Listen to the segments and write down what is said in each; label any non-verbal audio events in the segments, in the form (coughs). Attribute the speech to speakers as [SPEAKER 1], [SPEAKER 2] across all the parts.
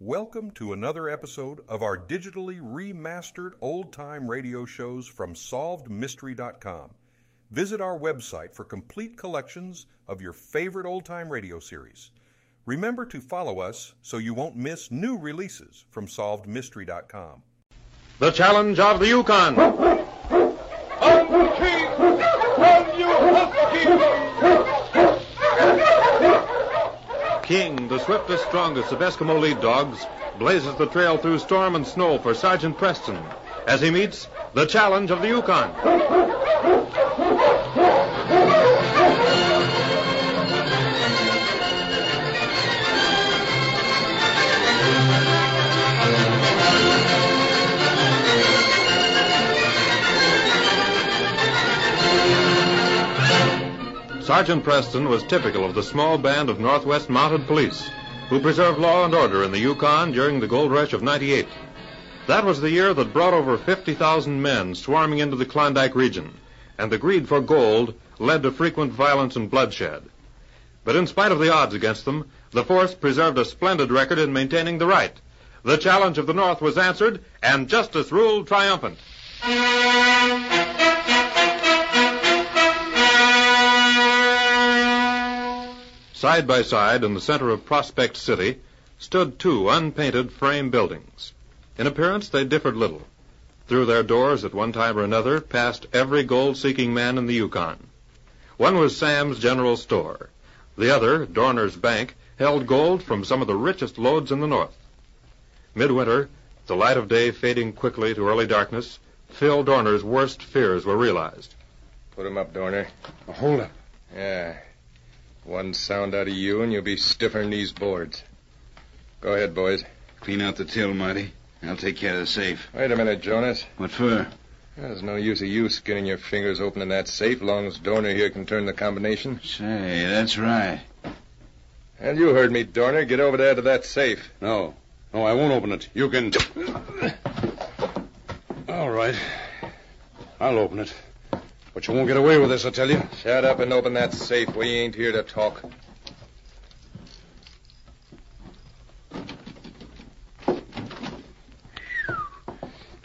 [SPEAKER 1] Welcome to another episode of our digitally remastered old time radio shows from SolvedMystery.com. Visit our website for complete collections of your favorite old time radio series. Remember to follow us so you won't miss new releases from SolvedMystery.com.
[SPEAKER 2] The challenge of the Yukon. King, the swiftest, strongest of Eskimo lead dogs, blazes the trail through storm and snow for Sergeant Preston as he meets the challenge of the Yukon. Sergeant Preston was typical of the small band of Northwest Mounted Police who preserved law and order in the Yukon during the gold rush of 98. That was the year that brought over 50,000 men swarming into the Klondike region, and the greed for gold led to frequent violence and bloodshed. But in spite of the odds against them, the force preserved a splendid record in maintaining the right. The challenge of the North was answered, and justice ruled triumphant. Side by side in the center of Prospect City stood two unpainted frame buildings. In appearance, they differed little. Through their doors, at one time or another, passed every gold seeking man in the Yukon. One was Sam's General Store. The other, Dorner's Bank, held gold from some of the richest lodes in the north. Midwinter, the light of day fading quickly to early darkness, Phil Dorner's worst fears were realized.
[SPEAKER 3] Put him up, Dorner.
[SPEAKER 4] Hold up.
[SPEAKER 3] Yeah. One sound out of you, and you'll be stiffer'n these boards. Go ahead, boys.
[SPEAKER 4] Clean out the till, Marty. I'll take care of the safe.
[SPEAKER 3] Wait a minute, Jonas.
[SPEAKER 4] What for?
[SPEAKER 3] There's no use of you skinning your fingers open in that safe long as Dorner here can turn the combination.
[SPEAKER 4] Say, that's right.
[SPEAKER 3] And you heard me, Dorner. Get over there to that safe.
[SPEAKER 4] No. No, I won't open it. You can. All right. I'll open it. But you won't get away with this, I tell you.
[SPEAKER 3] Shut up and open that safe. We ain't here to talk.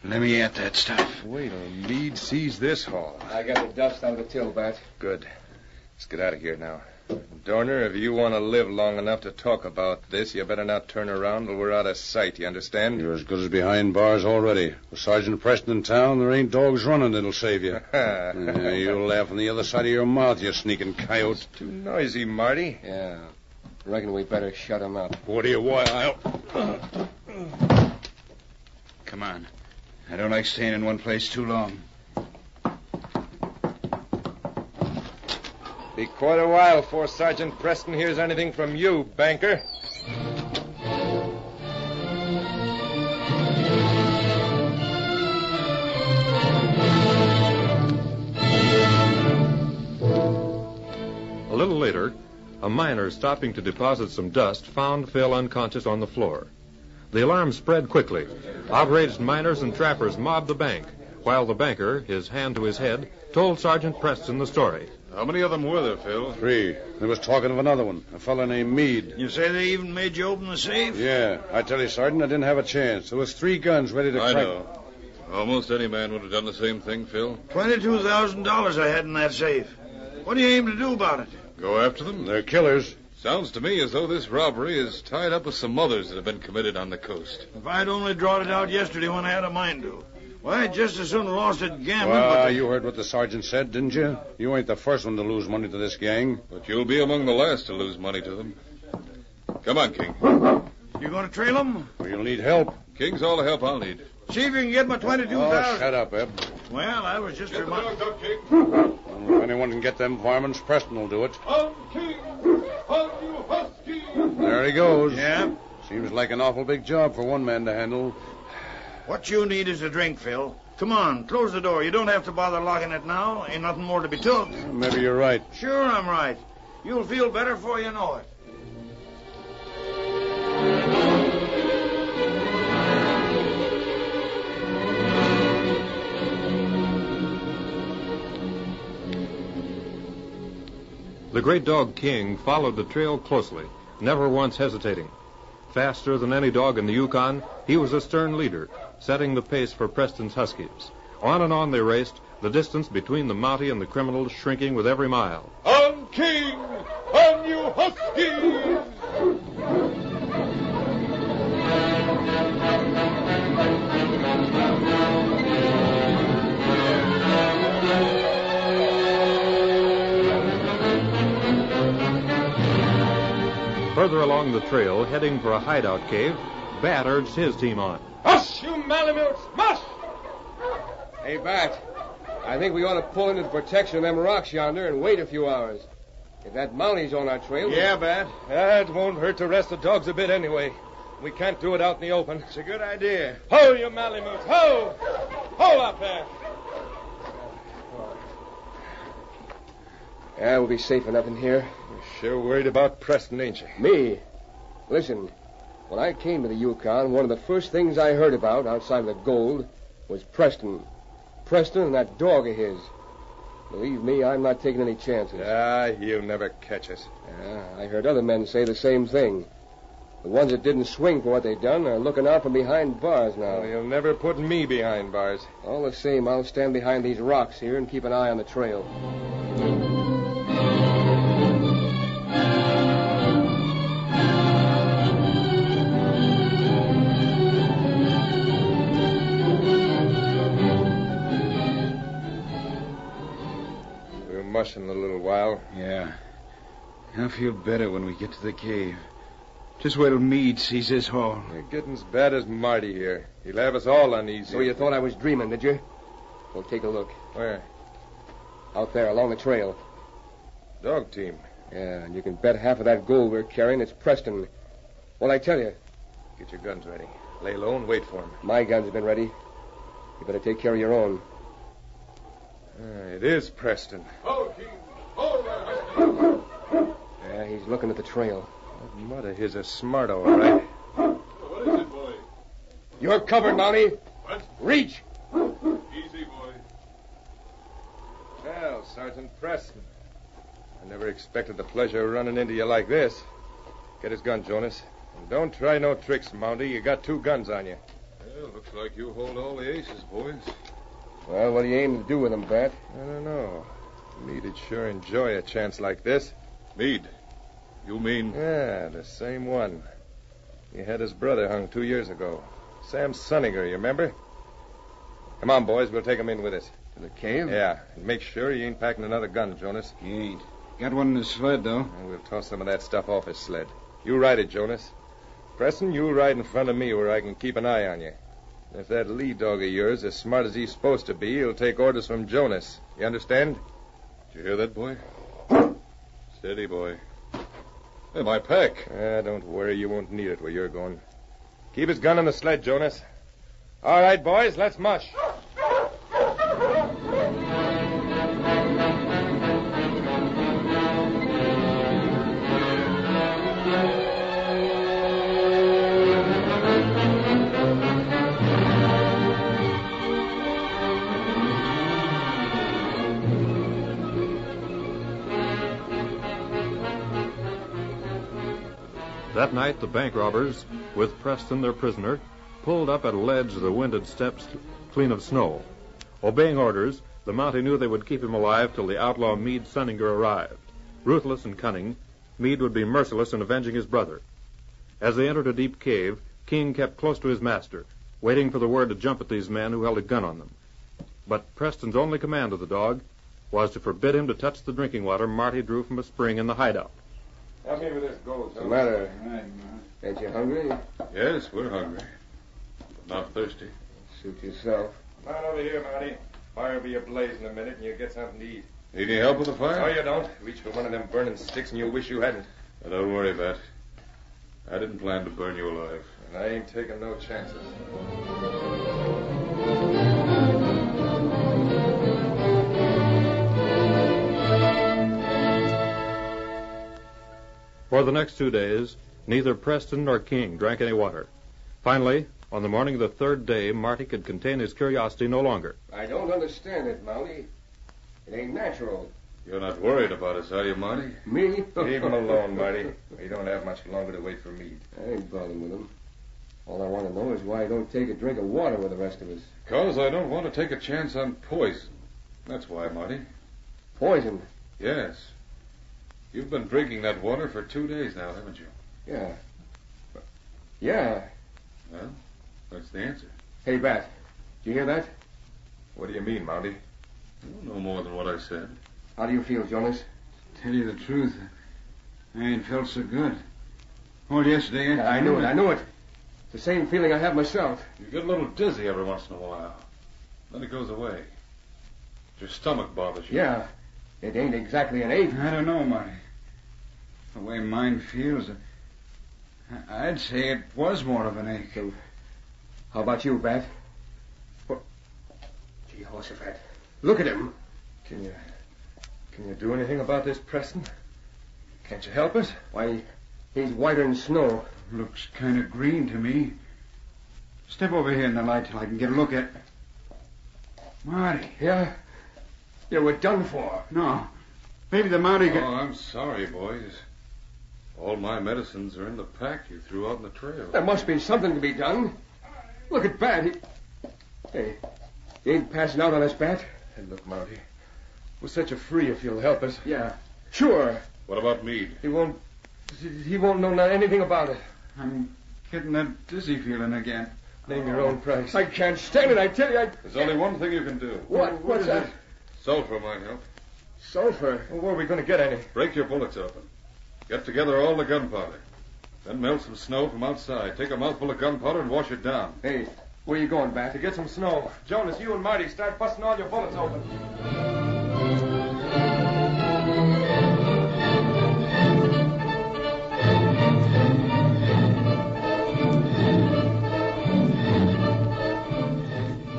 [SPEAKER 4] Let me at that stuff.
[SPEAKER 3] Wait a Meade sees this haul.
[SPEAKER 5] I got the dust out of the till, Bat.
[SPEAKER 3] Good. Let's get out of here now. Dorner, if you want to live long enough to talk about this, you better not turn around till we're out of sight, you understand?
[SPEAKER 4] You're as good as behind bars already. With Sergeant Preston in town, there ain't dogs running that'll save (laughs) you. Yeah, you'll laugh on the other side of your mouth, you sneaking coyote.
[SPEAKER 3] Too noisy, Marty.
[SPEAKER 5] Yeah. Reckon we better shut him up.
[SPEAKER 4] What do you want? I'll... Come on. I don't like staying in one place too long.
[SPEAKER 3] Be quite a while before Sergeant Preston hears anything from you, banker.
[SPEAKER 2] A little later, a miner stopping to deposit some dust found Phil unconscious on the floor. The alarm spread quickly. Outraged miners and trappers mobbed the bank, while the banker, his hand to his head, told Sergeant Preston the story.
[SPEAKER 6] How many of them were there, Phil?
[SPEAKER 4] Three. There was talking of another one, a fellow named Meade.
[SPEAKER 7] You say they even made you open the safe?
[SPEAKER 4] Yeah, I tell you, Sergeant, I didn't have a chance. There was three guns ready to
[SPEAKER 6] I
[SPEAKER 4] crack.
[SPEAKER 6] know. Almost any man would have done the same thing, Phil.
[SPEAKER 7] Twenty-two thousand dollars I had in that safe. What do you aim to do about it?
[SPEAKER 6] Go after them?
[SPEAKER 4] They're killers.
[SPEAKER 6] Sounds to me as though this robbery is tied up with some others that have been committed on the coast.
[SPEAKER 7] If I'd only drawn it out yesterday when I had a mind to. Why, just as soon lost it gambling.
[SPEAKER 4] Well,
[SPEAKER 7] but
[SPEAKER 4] you heard what the sergeant said, didn't you? You ain't the first one to lose money to this gang.
[SPEAKER 6] But you'll be among the last to lose money to them. Come on, King.
[SPEAKER 7] You gonna trail them?
[SPEAKER 4] Well, you'll need help.
[SPEAKER 6] King's all the help I'll need.
[SPEAKER 7] See if you can get my twenty-two
[SPEAKER 4] Oh,
[SPEAKER 7] thousand.
[SPEAKER 4] shut up, Eb.
[SPEAKER 7] well, I was just reminding.
[SPEAKER 4] Well, if anyone can get them varmints, Preston will do it. There he goes.
[SPEAKER 7] Yeah.
[SPEAKER 4] Seems like an awful big job for one man to handle.
[SPEAKER 7] What you need is a drink, Phil. Come on, close the door. You don't have to bother locking it now. Ain't nothing more to be took.
[SPEAKER 4] Maybe you're right.
[SPEAKER 7] Sure, I'm right. You'll feel better before you know it.
[SPEAKER 2] The great dog King followed the trail closely, never once hesitating. Faster than any dog in the Yukon, he was a stern leader, setting the pace for Preston's Huskies. On and on they raced, the distance between the Mountie and the criminals shrinking with every mile.
[SPEAKER 6] On King! On you Huskies!
[SPEAKER 2] Further along the trail, heading for a hideout cave, Bat urged his team on.
[SPEAKER 5] Us, you malamutes! Must! Hey, Bat. I think we ought to pull into the protection of them rocks yonder and wait a few hours. If that Mountie's on our trail. we-
[SPEAKER 7] Yeah, Bat.
[SPEAKER 5] That won't hurt to rest the dogs a bit anyway. We can't do it out in the open.
[SPEAKER 7] It's a good idea.
[SPEAKER 5] Ho, you malamutes! Ho! Ho up there! Yeah, we'll be safe enough in here.
[SPEAKER 3] Sure worried about Preston, ain't you?
[SPEAKER 5] Me? Listen, when I came to the Yukon, one of the first things I heard about outside of the gold was Preston. Preston and that dog of his. Believe me, I'm not taking any chances.
[SPEAKER 3] Ah, he'll never catch us.
[SPEAKER 5] Yeah, I heard other men say the same thing. The ones that didn't swing for what they done are looking out from behind bars now.
[SPEAKER 4] Oh,
[SPEAKER 3] Well, he'll never put me behind bars.
[SPEAKER 5] All the same, I'll stand behind these rocks here and keep an eye on the trail.
[SPEAKER 3] We'll mush in a little while.
[SPEAKER 7] Yeah. I'll feel better when we get to the cave. Just wait till Meade sees this hole.
[SPEAKER 3] You're getting as bad as Marty here. He'll have us all uneasy.
[SPEAKER 5] So you thought I was dreaming, did you? Well, take a look.
[SPEAKER 3] Where?
[SPEAKER 5] Out there along the trail.
[SPEAKER 3] Dog team.
[SPEAKER 5] Yeah, and you can bet half of that gold we're carrying is Preston. Well, I tell you,
[SPEAKER 3] Get your guns ready. Lay low and wait for him.
[SPEAKER 5] my guns have been ready. You better take care of your own.
[SPEAKER 3] Ah, it is Preston.
[SPEAKER 5] (laughs) Yeah, he's looking at the trail.
[SPEAKER 3] That mud of his is smart, all right.
[SPEAKER 6] What is it, boy?
[SPEAKER 5] You're covered, Mountie.
[SPEAKER 6] What?
[SPEAKER 5] Reach.
[SPEAKER 6] Easy, boy.
[SPEAKER 3] Well, Sergeant Preston. I never expected the pleasure of running into you like this. Get his gun, Jonas. And don't try no tricks, Mounty. You got two guns on you.
[SPEAKER 6] Well, looks like you hold all the aces, boys.
[SPEAKER 5] Well, what do you aim to do with him, Bat?
[SPEAKER 3] I don't know. Meade'd sure enjoy a chance like this.
[SPEAKER 6] Meade, you mean
[SPEAKER 3] Yeah, the same one. He had his brother hung two years ago. Sam Sunninger, you remember? Come on, boys. We'll take him in with us.
[SPEAKER 7] To the cave?
[SPEAKER 3] Yeah, and make sure he ain't packing another gun, Jonas.
[SPEAKER 7] He ain't. Got one in his sled, though.
[SPEAKER 3] And we'll toss some of that stuff off his sled. You ride it, Jonas. Preston, you ride in front of me where I can keep an eye on you. If that lead dog of yours is smart as he's supposed to be, he'll take orders from Jonas. You understand?
[SPEAKER 6] Did you hear that, boy? Steady, boy. Hey, my pack.
[SPEAKER 3] Ah, don't worry, you won't need it where you're going. Keep his gun on the sled, Jonas. All right, boys, let's mush.
[SPEAKER 2] That night, the bank robbers, with Preston their prisoner, pulled up at a ledge of the winded steps clean of snow. Obeying orders, the Mountie knew they would keep him alive till the outlaw Meade Sunninger arrived. Ruthless and cunning, Meade would be merciless in avenging his brother. As they entered a deep cave, King kept close to his master, waiting for the word to jump at these men who held a gun on them. But Preston's only command to the dog was to forbid him to touch the drinking water Marty drew from a spring in the hideout.
[SPEAKER 3] Help me with this gold,
[SPEAKER 5] What's the matter? Ain't you hungry?
[SPEAKER 6] Yes, we're hungry. But not thirsty.
[SPEAKER 5] Suit yourself.
[SPEAKER 3] Come on over here, Marty. Fire'll be ablaze in a minute, and you'll get something to eat.
[SPEAKER 6] Need any help with the fire?
[SPEAKER 3] No, you don't. Reach for one of them burning sticks, and you'll wish you hadn't.
[SPEAKER 6] Now, don't worry, Bat. I didn't plan to burn you alive.
[SPEAKER 3] And I ain't taking no chances.
[SPEAKER 2] For the next two days, neither Preston nor King drank any water. Finally, on the morning of the third day, Marty could contain his curiosity no longer.
[SPEAKER 5] I don't understand it, Mountie. It ain't natural.
[SPEAKER 2] You're not worried about us, are you, Marty?
[SPEAKER 5] Me?
[SPEAKER 3] (laughs) Leave
[SPEAKER 5] (laughs)
[SPEAKER 3] him alone, Marty. We don't have much longer to wait for me.
[SPEAKER 5] I ain't bothering with him. All I want to know is why I don't take a drink of water with the rest of us.
[SPEAKER 2] Because I don't want to take a chance on poison. That's why, Marty.
[SPEAKER 5] Poison.
[SPEAKER 2] Yes. You've been drinking that water for two days now, haven't you?
[SPEAKER 5] Yeah. Yeah.
[SPEAKER 2] That's the answer.
[SPEAKER 5] Hey, Bat. Do you hear that?
[SPEAKER 3] What do you mean, Mounty?
[SPEAKER 2] No more than what I said.
[SPEAKER 5] How do you feel, Jonas?
[SPEAKER 8] Tell you the truth, I ain't felt so good. All yesterday,
[SPEAKER 5] I knew it. I knew it. It's the same feeling I have myself.
[SPEAKER 2] You get a little dizzy every once in a while. Then it goes away. Your stomach bothers you.
[SPEAKER 5] Yeah. It ain't exactly an ache.
[SPEAKER 8] I don't know, Marty. The way mine feels, I- I'd say it was more of an ache.
[SPEAKER 5] How about you, Bat? What? Gee, Horsefat. Look at him.
[SPEAKER 3] Can you can you do anything about this, Preston? Can't you help us?
[SPEAKER 5] Why, he's whiter than snow.
[SPEAKER 8] Looks kind of green to me. Step over here in the light till I can get a look at. Marty,
[SPEAKER 5] Yeah? Yeah, we're done for.
[SPEAKER 8] no. Maybe the Marty
[SPEAKER 2] Oh,
[SPEAKER 8] got.
[SPEAKER 2] I'm sorry, boys. All my medicines are in the pack you threw out on the trail.
[SPEAKER 5] There must be something to be done. Look at Bat. He... Hey, he ain't passing out on us, Bat?
[SPEAKER 3] Hey, look, Mounty. We'll set you free if you'll help us.
[SPEAKER 5] Yeah. Sure.
[SPEAKER 2] What about Meade?
[SPEAKER 5] He won't. He won't know not anything about it.
[SPEAKER 8] I'm getting that dizzy feeling again. Oh.
[SPEAKER 5] Name your own price. I can't stand it. I tell you. I...
[SPEAKER 2] There's only one thing you can do.
[SPEAKER 5] What? What's that?
[SPEAKER 2] Sulfur might help.
[SPEAKER 5] Sulfur.
[SPEAKER 3] Well, where are we going to get any?
[SPEAKER 2] Break your bullets open. Get together all the gunpowder. Then melt some snow from outside. Take a mouthful of gunpowder and wash it down.
[SPEAKER 5] Hey, where you going, Bat?
[SPEAKER 3] To get some snow. Jonas, you and Marty start busting all your bullets open.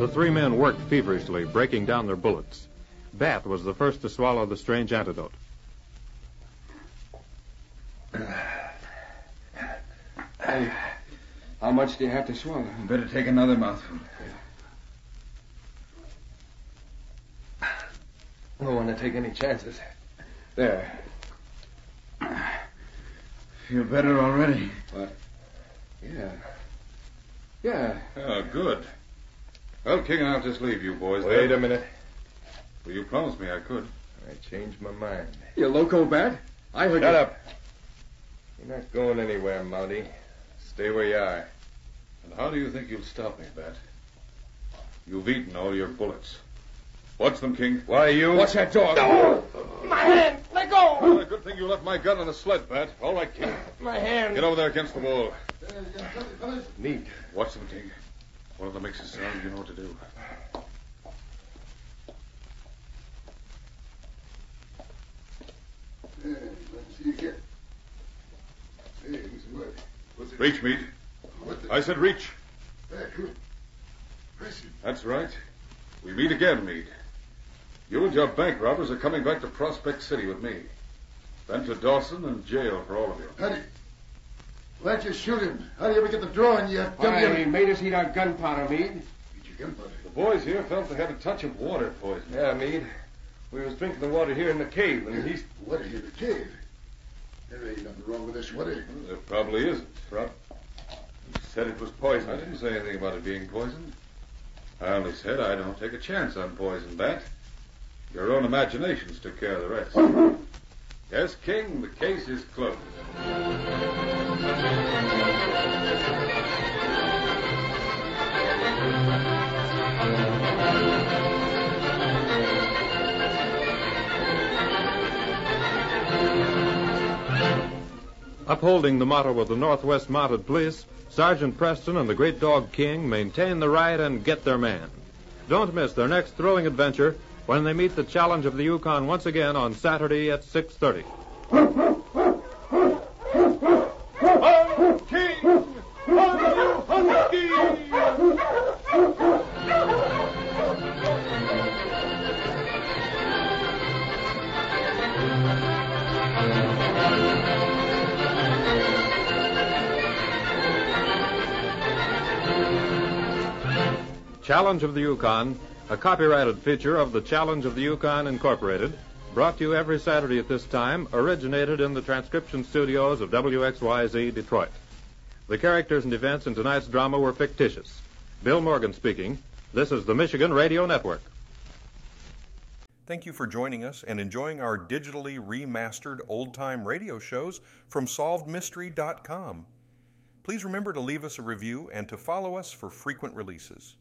[SPEAKER 9] The three men worked feverishly, breaking down their bullets. Bat was the first to swallow the strange antidote.
[SPEAKER 5] How much do you have to swallow?
[SPEAKER 8] Better take another mouthful.
[SPEAKER 5] Don't want to take any chances. There.
[SPEAKER 8] Feel better already.
[SPEAKER 5] Yeah. Yeah.
[SPEAKER 2] Ah, good. Well, King, I'll just leave you boys.
[SPEAKER 3] Wait
[SPEAKER 2] there.
[SPEAKER 3] a minute.
[SPEAKER 2] Well, you promised me I could.
[SPEAKER 3] I changed my mind.
[SPEAKER 5] You loco, Bat? I heard
[SPEAKER 3] Shut
[SPEAKER 5] you.
[SPEAKER 3] up. You're not going anywhere, Mounty. Stay where you are.
[SPEAKER 2] And how do you think you'll stop me, Bat? You've eaten all your bullets. Watch them, King.
[SPEAKER 3] Why you?
[SPEAKER 5] What's that dog? No!
[SPEAKER 10] My hand! Let go!
[SPEAKER 2] Well, good thing you left my gun on the sled, Bat. All right, King.
[SPEAKER 10] My hand!
[SPEAKER 2] Get over there against the wall.
[SPEAKER 3] Neat.
[SPEAKER 2] Watch them, King. One of them makes a sound, you know what to do. Reach, Mead. I said reach. That's right. We meet again, Mead. You and your bank robbers are coming back to Prospect City with me. Then to Dawson and jail for all of you.
[SPEAKER 8] Let you shoot him. How do you ever get the drawing, you
[SPEAKER 5] Why, he made us eat our gunpowder, Meade.
[SPEAKER 2] The boys here felt they had a touch of water poison.
[SPEAKER 3] Yeah, Meade. We was drinking the water here in the cave, and he's
[SPEAKER 8] What are you, the cave? There ain't nothing wrong with this water.
[SPEAKER 2] There probably isn't.
[SPEAKER 3] said it was
[SPEAKER 2] I
[SPEAKER 3] poison.
[SPEAKER 2] didn't say anything about it being poisoned. I only said I don't take a chance on poison, Bat. Your own imaginations took care of the rest. (coughs) yes, King, the case is closed.
[SPEAKER 9] Upholding the motto of the Northwest Mounted Police, Sergeant Preston and the Great Dog King maintain the right and get their man. Don't miss their next thrilling adventure when they meet the challenge of the Yukon once again on Saturday at 6:30. Challenge of the Yukon, a copyrighted feature of the Challenge of the Yukon Incorporated,
[SPEAKER 2] brought to you every Saturday at this time, originated in the transcription studios of WXYZ Detroit. The characters and events in tonight's drama were fictitious. Bill Morgan speaking. This is the Michigan Radio Network.
[SPEAKER 1] Thank you for joining us and enjoying our digitally remastered old time radio shows from SolvedMystery.com. Please remember to leave us a review and to follow us for frequent releases.